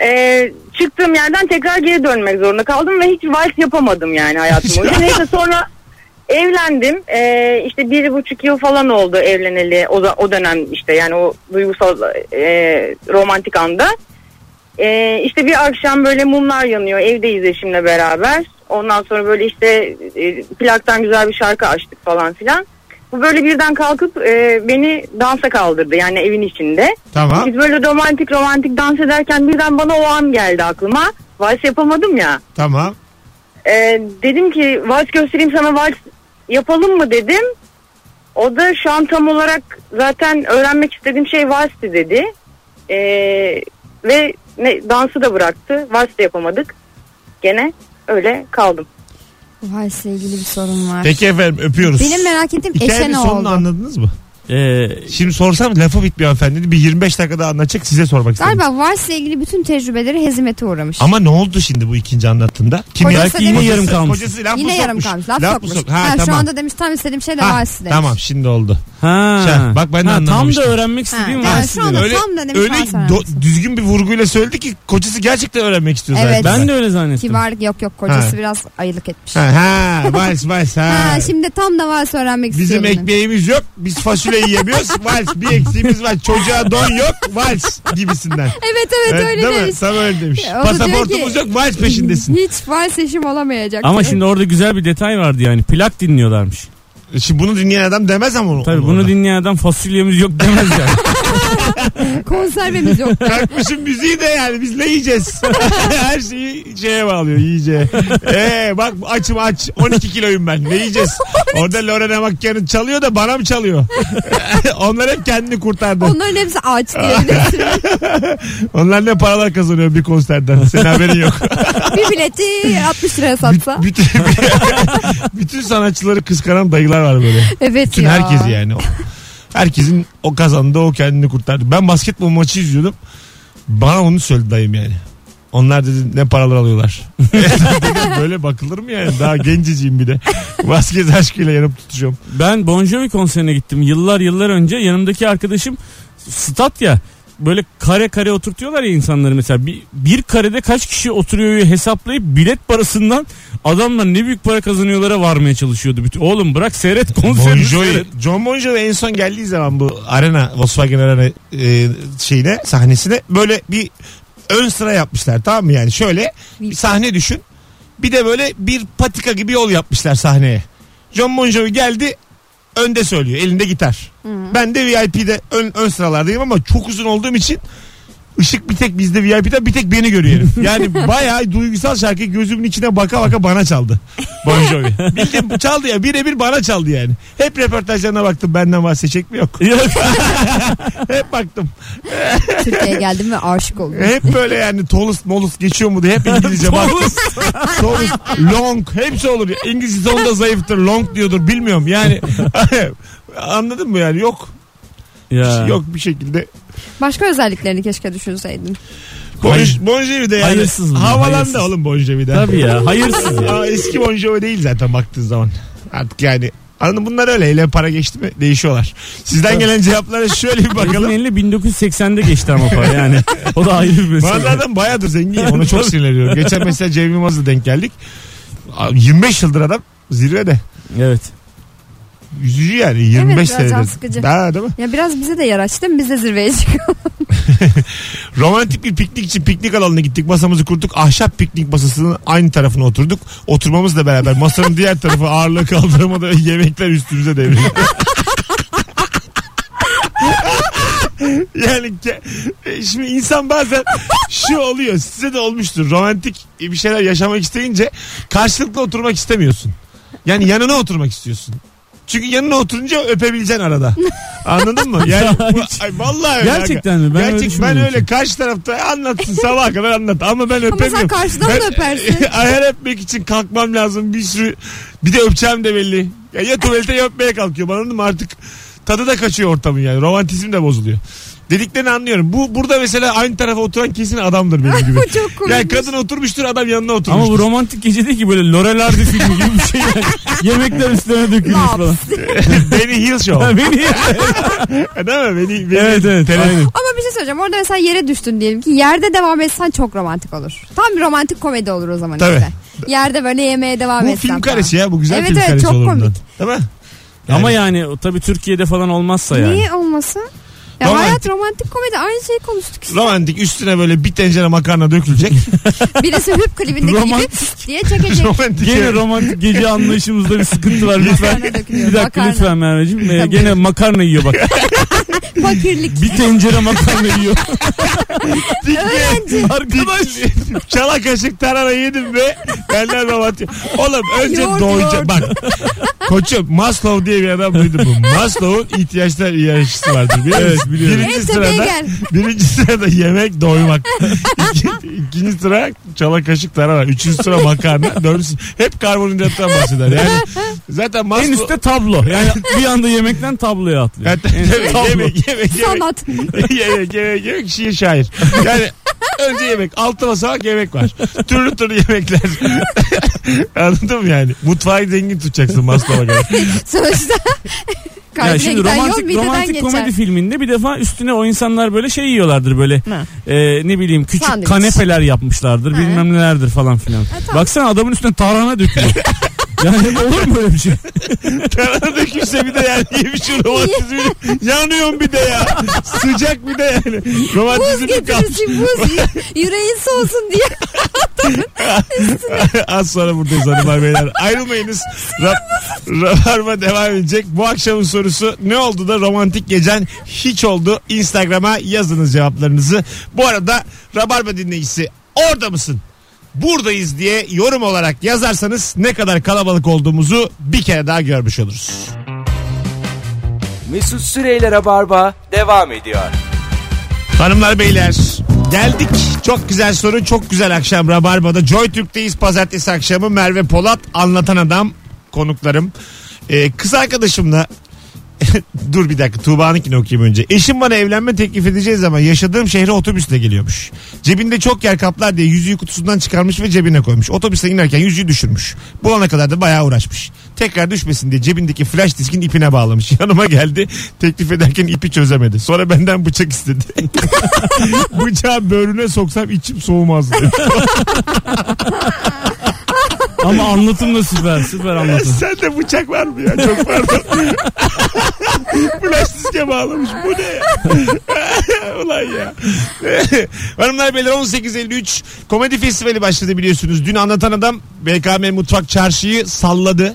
H: Ee, çıktığım yerden tekrar geri dönmek zorunda kaldım ve hiç vals yapamadım yani hayatım boyunca. Neyse sonra evlendim. Ee, işte bir buçuk yıl falan oldu evleneli o, da- o dönem işte yani o duygusal e, romantik anda. Ee, işte bir akşam böyle mumlar yanıyor. Evdeyiz eşimle beraber. Ondan sonra böyle işte e, plaktan güzel bir şarkı açtık falan filan. Bu böyle birden kalkıp e, beni dansa kaldırdı yani evin içinde.
B: Tamam.
H: Biz böyle romantik romantik dans ederken birden bana o an geldi aklıma. Vals yapamadım ya.
B: Tamam.
H: Ee, dedim ki vals göstereyim sana vals yapalım mı dedim. O da şu an tam olarak zaten öğrenmek istediğim şey valsti dedi. Ee, ve ne, dansı da bıraktı. Vals da yapamadık. Gene öyle kaldım.
C: Valsle ilgili bir sorun var.
B: Peki efendim öpüyoruz.
C: Benim merak ettiğim eşe
B: Hikayenin
C: ne
B: sonunu
C: oldu?
B: anladınız mı?
D: Ee,
B: Şimdi sorsam lafı bitmiyor hanımefendi. Bir 25 dakikada anlatacak size sormak istedim.
C: Galiba Vars'la ilgili bütün tecrübeleri hezimete uğramış.
B: Ama ne oldu şimdi bu ikinci anlattığında? Kim
C: Kocası
B: ya?
C: demiş-
D: yine yarım kalmış.
B: Kocası laf mı
C: Yine yarım
B: sokmuş?
C: kalmış. Laf,
B: mı
C: sokmuş.
B: sok-
C: Ha,
B: Ha,
C: Şu
B: tamam.
C: anda demiş tam istediğim şeyle
B: Ha,
C: Vars demiş.
B: tamam şimdi oldu.
D: ha.
B: Şah, bak ben de
D: ha, Tam
B: anlamamıştım.
D: da öğrenmek
C: Ha,
D: istediğim
C: evet,
D: Vars
C: şu anda
D: dedi.
B: Öyle,
C: tam da demiş
B: öyle
C: Vars
B: do-
C: öğrenmişsin.
B: düzgün bir vurguyla söyledi ki kocası gerçekten öğrenmek istiyor
C: Evet.
B: zaten.
D: Ben de öyle zannettim.
C: Kibarlık yok yok kocası
B: Ha.
C: biraz ayılık etmiş.
B: Ha, ha vals vals ha.
C: Ha, şimdi tam da Vars öğrenmek
B: Bizim
C: istiyorum.
B: ekmeğimiz yok. Biz fasulye yiyemiyoruz. Vals bir eksiğimiz var. Çocuğa don yok. Vals gibisinden.
C: Evet evet
B: Evet,
C: öyle
B: değil mi?
C: demiş.
B: Tam öyle demiş.
C: O da diyor
B: Pasaportumuz
C: ki-
B: yok. Vals peşindesin.
C: Hiç Vars eşim olamayacak.
D: Ama şimdi orada güzel bir detay vardı yani. Plak dinliyorlarmış.
B: Şimdi bunu dinleyen adam demez ama onu.
D: Tabii
B: onu
D: bunu
B: orada.
D: dinleyen adam fasulyemiz yok demez yani.
C: Konservemiz yok.
B: Kalkmışım müziği de yani biz ne yiyeceğiz? Her şeyi şeye bağlıyor yiyeceğe. Ee, bak açım aç 12 kiloyum ben ne yiyeceğiz? Orada Lorena Macchia'nın çalıyor da bana mı çalıyor? Onlar hep kendini kurtardı.
C: Onların hepsi aç diyebilirsin.
B: Onlar ne paralar kazanıyor bir konserden senin haberin yok.
C: bir bileti 60 liraya satsa.
B: bütün, bütün sanatçıları kıskanan dayılar var böyle.
C: Evet
B: Bütün
C: ya.
B: herkes yani. O- Herkesin o kazandı o kendini kurtardı. Ben basketbol maçı izliyordum. Bana onu söyledi dayım yani. Onlar dedi ne paralar alıyorlar. Dedim, Böyle bakılır mı yani? Daha genciciyim bir de. Basket aşkıyla yanıp tutacağım.
D: Ben Bon Jovi konserine gittim yıllar yıllar önce. Yanımdaki arkadaşım stat ya böyle kare kare oturtuyorlar ya insanları mesela bir, bir karede kaç kişi oturuyor hesaplayıp bilet parasından adamlar ne büyük para kazanıyorlara varmaya çalışıyordu. Bütün, oğlum bırak seyret
B: Bon
D: konserini
B: Jovi.
D: seyret.
B: John Bon Jovi en son geldiği zaman bu arena Volkswagen arena e, şeyine sahnesine böyle bir ön sıra yapmışlar tamam mı yani şöyle bir sahne düşün bir de böyle bir patika gibi yol yapmışlar sahneye. John Bon Jovi geldi önde söylüyor elinde gitar. Ben de VIP'de ön, ön sıralardayım ama çok uzun olduğum için ışık bir tek bizde VIP'de bir tek beni görüyor herif. Yani bayağı duygusal şarkı gözümün içine baka baka bana çaldı. Bon Jovi. Bildim çaldı ya birebir bana çaldı yani. Hep reportajlarına baktım benden bahsedecek mi yok.
D: Yok.
B: Hep baktım.
C: Türkiye'ye geldim ve aşık oldum.
B: Hep böyle yani Tolus molus geçiyor mu diye hep İngilizce baktım. Tolus, long hepsi olur. ya. İngilizcesi onda zayıftır long diyordur bilmiyorum yani. Anladın mı yani yok
D: Ya.
B: yok bir şekilde
C: Başka özelliklerini keşke düşünseydin.
B: Bon,
D: Hayır.
B: bon Jovi de yani
D: Hayırsız bunlar, hayırsız.
B: havalandı oğlum Bon Jovi'den.
D: Tabii ya hayırsız ya.
B: Aa, eski Bon Jovi değil zaten baktığın zaman. Artık yani anladın mı? bunlar öyle ele para geçti mi değişiyorlar. Sizden gelen cevaplara şöyle bir
D: Herifin
B: bakalım.
D: eli 1980'de geçti ama para yani. O da ayrı bir mesele.
B: Bazı adam bayağıdır zengin ya, ona çok sinirleniyorum. Geçen mesela Cem Yılmaz'la denk geldik. Aa, 25 yıldır adam zirvede.
D: Evet.
B: Yüzücü yani 25
C: biraz can
B: senedir.
C: sıkıcı.
B: Daha değil mi?
C: Ya biraz bize de yaraştı biz de zirveye çıkıyoruz.
B: Romantik bir piknik için piknik alanına gittik. Masamızı kurduk. Ahşap piknik masasının aynı tarafına oturduk. Oturmamızla beraber masanın diğer tarafı ağırlığı kaldırmada yemekler üstümüze devrildi. yani ke- şimdi insan bazen şu oluyor size de olmuştur romantik bir şeyler yaşamak isteyince karşılıklı oturmak istemiyorsun. Yani yanına oturmak istiyorsun. Çünkü yanına oturunca öpebileceksin arada. Anladın mı? Yani bu- ay vallahi öyle.
D: Gerçekten mi? Ben öyle
B: Gerçek, ben
D: düşünmüyorum
B: öyle karşı tarafta anlatsın sabaha kadar anlat ama ben öpemiyorum.
C: sen karşıdan da
B: Ben-
C: öpersin.
B: Her öpmek için kalkmam lazım bir sürü. Bir de öpeceğim de belli. Ya, ya tuvalete ya öpmeye kalkıyor. Anladın mı? Artık tadı da kaçıyor ortamın yani. Romantizm de bozuluyor. Dediklerini anlıyorum. Bu burada mesela aynı tarafa oturan kesin adamdır benim gibi.
C: Bu çok komik.
B: yani kadın oturmuştur adam yanına
D: Ama
B: oturmuştur.
D: bu romantik gece değil ki böyle Lorel Hardy filmi gibi bir şey. yani. Yemekler üstüne dökülmüş falan.
B: Beni Hill Show. E,
D: Ha, beni
B: Değil mi? Beni, beni
D: Evet evet.
B: Tele-
D: Aynen.
C: Ama bir şey söyleyeceğim. Orada mesela yere düştün diyelim ki yerde devam etsen çok romantik olur. Tam bir romantik komedi olur o zaman
B: Tabii.
C: işte. Yerde böyle yemeğe devam
B: Bu
C: etsen.
B: film
C: falan.
B: karesi ya. Bu güzel
C: Evet,
B: film
C: evet,
B: karesi
C: çok
B: olur
C: komik.
B: bundan. Değil mi?
D: Ama yani o tabii Türkiye'de falan olmazsa yani.
C: Niye olmasın? Ya
B: Romantik.
C: hayat romantik komedi aynı şeyi konuştuk işte.
B: Romantik üstüne böyle bir tencere makarna dökülecek.
C: Birisi hüp klibindeki gibi diye çekecek.
B: romantik.
D: Gene romantik gece anlayışımızda bir sıkıntı var lütfen.
C: Makarna dökülüyor,
D: Bir dakika
C: makarna.
D: lütfen Merveciğim. Ee,
C: Tabii.
D: gene makarna yiyor bak.
C: Fakirlik.
D: Bir tencere makarna yiyor. Arkadaş.
B: Çala kaşık tarhana yedim ve benden romantik. Oğlum önce
C: Yoğurt,
B: doyacak.
C: yoğurt.
B: Bak Koçum Maslow diye bir adam duydum. Bu. Maslow'un ihtiyaçlar hiyerarşisi vardır. Biliyor musun? Birinci
C: En tepeye
B: sırada,
C: gel.
B: birinci sırada yemek doymak. İki, ikinci sıra çala kaşık tarama. Üçüncü sıra makarna. Dördüncü hep karbonhidrattan bahseder. Yani zaten Maslow...
D: En üstte tablo. Yani bir anda yemekten tabloya atlıyor.
B: Hatta yemek,
D: Tablo.
B: yemek, yemek, yemek,
C: Sanat.
B: yemek, yemek, yemek, şiir şair. Yani önce yemek, altı basamak yemek var. Türlü türlü yemekler. Anladın mı yani? Mutfağı zengin tutacaksın Maslow'a göre.
C: Sonuçta
D: Ya
C: kalbine
D: şimdi
C: giden yol
D: romantik,
C: mideden
D: romantik
C: geçer.
D: komedi filminde bir defa üstüne o insanlar böyle şey yiyorlardır böyle e, ne bileyim küçük
C: Sandviç.
D: kanepeler yapmışlardır
C: Ha.
D: bilmem nelerdir falan filan. Baksana adamın üstüne tarhana dökülüyor. yani olur mu öyle bir şey?
B: Kanada dökülse bir de yani yemişim romantizmini. Yanıyorum bir de ya. Sıcak bir de yani.
C: Buz
B: Romantizmini kalmış.
C: getirirsin buz. Yüreğin soğusun diye.
B: Az sonra buradayız hanımlar beyler. Ayrılmayınız. Rab, Rabarba devam edecek. Bu akşamın sorusu ne oldu da romantik gecen hiç oldu? Instagram'a yazınız cevaplarınızı. Bu arada Rabarba dinleyicisi orada mısın? Buradayız diye yorum olarak yazarsanız ne kadar kalabalık olduğumuzu bir kere daha görmüş oluruz.
A: Mesut Süreyler'e barba devam ediyor.
B: Hanımlar beyler geldik. Çok güzel soru çok güzel akşam Rabarba'da. Joy Türk'teyiz pazartesi akşamı Merve Polat anlatan adam konuklarım. Ee, kız arkadaşımla dur bir dakika Tuğba'nınkini okuyayım önce. Eşim bana evlenme teklif edeceği zaman yaşadığım şehre otobüsle geliyormuş. Cebinde çok yer kaplar diye yüzüğü kutusundan çıkarmış ve cebine koymuş. Otobüsten inerken yüzüğü düşürmüş. Bulana kadar da bayağı uğraşmış. Tekrar düşmesin diye cebindeki flash diskin ipine bağlamış. Yanıma geldi teklif ederken ipi çözemedi. Sonra benden bıçak istedi. Bıçağı böğrüne soksam içim soğumaz diyor.
D: Ama anlatım da süper süper anlatım.
B: Sen de bıçak var mı ya? Çok pardon. Flash diske bağlamış. Bu ne ya? Ulan ya. Hanımlar beyler 18.53 Komedi Festivali başladı biliyorsunuz. Dün anlatan adam BKM Mutfak Çarşı'yı salladı.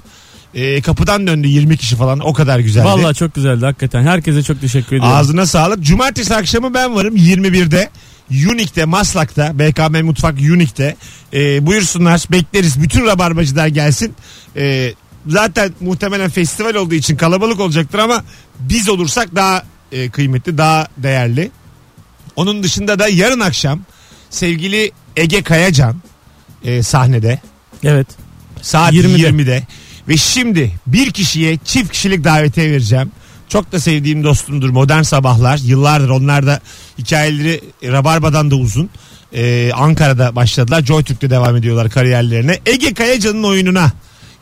B: Ee, kapıdan döndü 20 kişi falan o kadar güzeldi.
D: Vallahi çok güzeldi hakikaten. Herkese çok teşekkür ediyorum.
B: Ağzına sağlık. Cumartesi akşamı ben varım 21'de. Unique'de, Maslak'ta, BKM Mutfak Unique'de. Ee, buyursunlar, bekleriz. Bütün rabarbacılar gelsin. Ee, zaten muhtemelen festival olduğu için kalabalık olacaktır ama biz olursak daha e, kıymetli, daha değerli. Onun dışında da yarın akşam sevgili Ege Kayacan e, sahnede.
D: Evet.
B: Saat 20'de.
D: 20'de.
B: Ve şimdi bir kişiye çift kişilik davetiye vereceğim. Çok da sevdiğim dostumdur Modern Sabahlar. Yıllardır onlar da hikayeleri Rabarba'dan da uzun. Ee, Ankara'da başladılar. JoyTürk'te devam ediyorlar kariyerlerine. Ege Kayacan'ın oyununa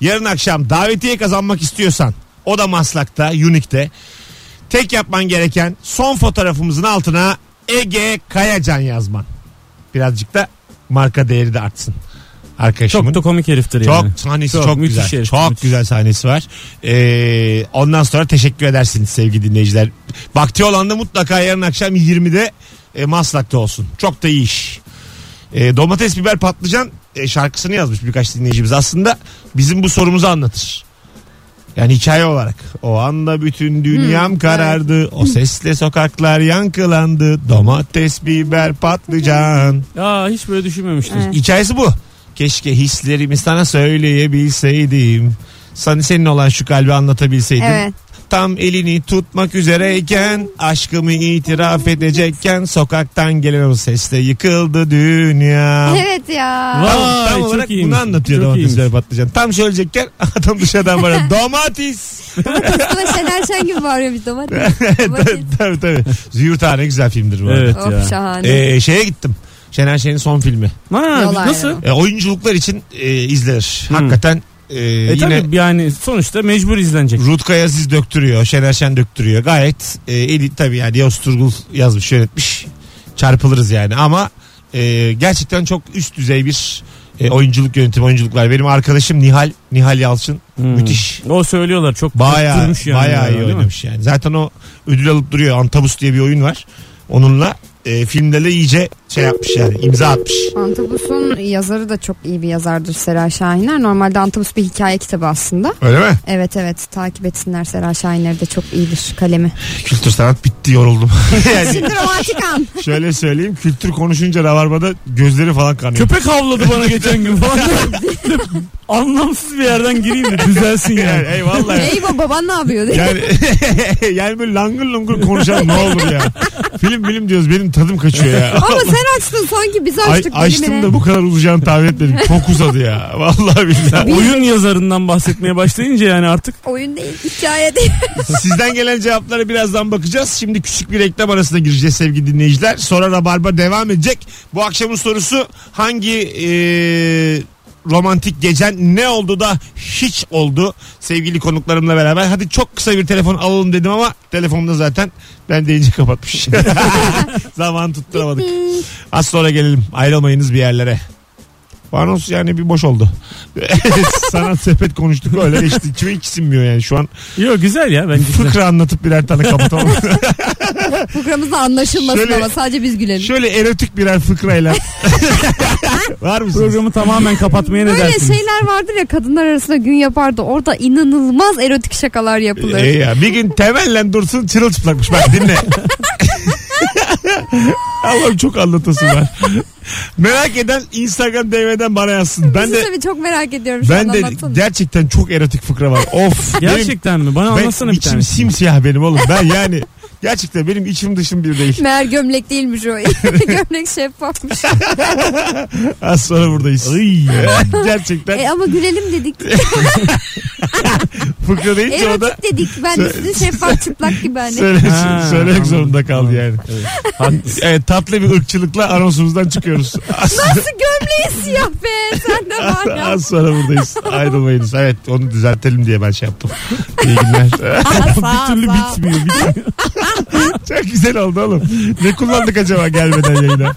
B: yarın akşam davetiye kazanmak istiyorsan o da Maslak'ta, Unique'de. Tek yapman gereken son fotoğrafımızın altına Ege Kayacan yazman. Birazcık da marka değeri de artsın. Arkadaşımın.
D: Çok da komik heriftir
B: Çok
D: yani.
B: sahnesi çok,
D: Çok, müthiş
B: güzel.
D: herif,
B: çok
D: müthiş.
B: güzel sahnesi var. Ee, ondan sonra teşekkür edersiniz sevgili dinleyiciler. Vakti olan da mutlaka yarın akşam 20'de e, Maslak'ta olsun. Çok da iyi iş. E, domates, biber, patlıcan e, şarkısını yazmış birkaç dinleyicimiz. Aslında bizim bu sorumuzu anlatır. Yani hikaye olarak. O anda bütün dünyam karardı. O sesle sokaklar yankılandı. Domates, biber, patlıcan.
D: Ya hiç böyle düşünmemiştim.
C: Evet.
B: Hikayesi bu. Keşke hislerimi sana söyleyebilseydim. Sana senin olan şu kalbi anlatabilseydim.
C: Evet.
B: Tam elini tutmak üzereyken aşkımı itiraf edecekken sokaktan gelen o sesle yıkıldı dünya.
C: Evet ya.
D: Vay,
B: Tam, tam
D: çok
B: olarak
D: iyiymiş.
B: bunu anlatıyor
D: Çok
B: domates
D: iyiymiş.
B: biber patlıcan. Tam söyleyecekken adam dışarıdan bana domates.
C: Aslında Şener Şen gibi bağırıyor bir domates. Domates.
B: tabii tabii. Züğürt Ağa ne güzel filmdir bu. arada.
D: Evet ya.
C: of şahane.
B: Ee, şeye gittim. Şener Şen'in son filmi.
D: Ha,
C: Yol
D: nasıl?
C: ayrımı.
B: E, oyunculuklar için e, izlenir.
D: Hmm.
B: Hakikaten e,
D: E
B: yine
D: tabii yani sonuçta mecbur izlenecek.
B: Rutka Yaziz döktürüyor. Şener Şen döktürüyor. Gayet e, edit tabii yani Yavuz Turgul yazmış yönetmiş. Çarpılırız yani ama e, gerçekten çok üst düzey bir e, oyunculuk yönetimi oyunculuklar. Benim arkadaşım Nihal Nihal Yalçın
D: Hmm.
B: müthiş.
D: O söylüyorlar çok
B: Bayağı
D: tutturmuş yani
B: bayağı iyi
D: değil mi?
B: oynamış yani. Zaten o ödül alıp duruyor. Antabus diye bir oyun var. Onunla e, filmde de iyice şey yapmış yani imza atmış.
C: Antibus'un yazarı da çok iyi bir yazardır Sera Şahiner. Normalde Antibus bir hikaye kitabı aslında.
B: Öyle mi?
C: Evet evet takip etsinler Sera Şahiner'i de çok iyidir kalemi.
B: Kültür sanat bitti yoruldum. yani
C: Şimdi romantik an.
B: şöyle söyleyeyim kültür konuşunca rabarbada gözleri falan kanıyor.
D: Köpek havladı bana geçen gün falan. Anlamsız bir yerden gireyim de düzelsin
B: yani
D: yani.
B: eyvallah.
C: Eyvah baban ne yapıyor diye.
B: Yani, yani böyle langır lungur konuşalım ne olur ya. Film bilim diyoruz benim tadım kaçıyor ya.
C: Ama sen açtın sanki biz
B: Ay,
C: açtık
B: açtım
C: bölümüne.
B: da bu kadar uzayacağını tahmin etmedim. Çok uzadı ya. Vallahi billahi.
D: Oyun yazarından bahsetmeye başlayınca yani artık
C: Oyun değil hikaye değil.
B: Sizden gelen cevaplara birazdan bakacağız. Şimdi küçük bir reklam arasına gireceğiz sevgili dinleyiciler. Sonra Rabarba devam edecek. Bu akşamın sorusu hangi e, romantik gecen ne oldu da hiç oldu sevgili konuklarımla beraber. Hadi çok kısa bir telefon alalım dedim ama telefonda zaten ben deyince kapatmış. Zaman tutturamadık. Az sonra gelelim ayrılmayınız bir yerlere. Bu Anons yani bir boş oldu. Sanat sepet konuştuk öyle geçti. Kime hiç sinmiyor yani şu an
D: Yok güzel ya bence. güzel.
B: Fıkra anlatıp birer tane kapatalım.
C: Programımızda anlaşılmasın
B: Şöyle-
C: ama sadece biz gülelim.
B: Şöyle erotik birer fıkrayla. Var mısınız?
D: Programı tamamen kapatmaya ne
C: Böyle
D: dersiniz?
C: şeyler vardır ya kadınlar arasında gün yapardı. Orada inanılmaz erotik şakalar yapılır.
B: Ee, ya, bir gün temellen dursun çırılçıplakmış. Bak dinle. Allah'ım çok anlatası var. Merak eden Instagram DM'den bana yazsın. Ben de
C: Sizi çok merak ediyorum şu
B: ben
C: an
B: de
C: şey anlatsana.
B: gerçekten çok erotik fıkra var. Of. benim-
D: Gerçekten mi? Bana
B: ben,
D: anlatsana bir
B: içim
D: tane.
B: simsiyah benim oğlum. Ben yani gerçekten benim içim dışım bir değil.
C: Meğer gömlek değilmiş o. gömlek şeffafmış.
B: Az sonra buradayız. gerçekten
C: e ama gülelim dedik.
B: fıkra deyince o da
C: Erotik dedik. Ben de size şeffaf çıplak gibi hani.
B: Söyle,
D: Ha,
B: söylemek
D: anladım.
B: zorunda kaldı
D: Tamam.
B: yani.
D: Evet. Haklısın.
B: Evet, tatlı bir ırkçılıkla anonsumuzdan çıkıyoruz. Az,
C: Nasıl gömleği siyah be? Sen de var ya.
B: az sonra buradayız. Ayrılmayınız. Evet onu düzeltelim diye ben şey yaptım. İyi günler.
D: bir türlü bitmiyor. bitmiyor.
B: Çok güzel oldu oğlum. Ne kullandık acaba gelmeden yayına?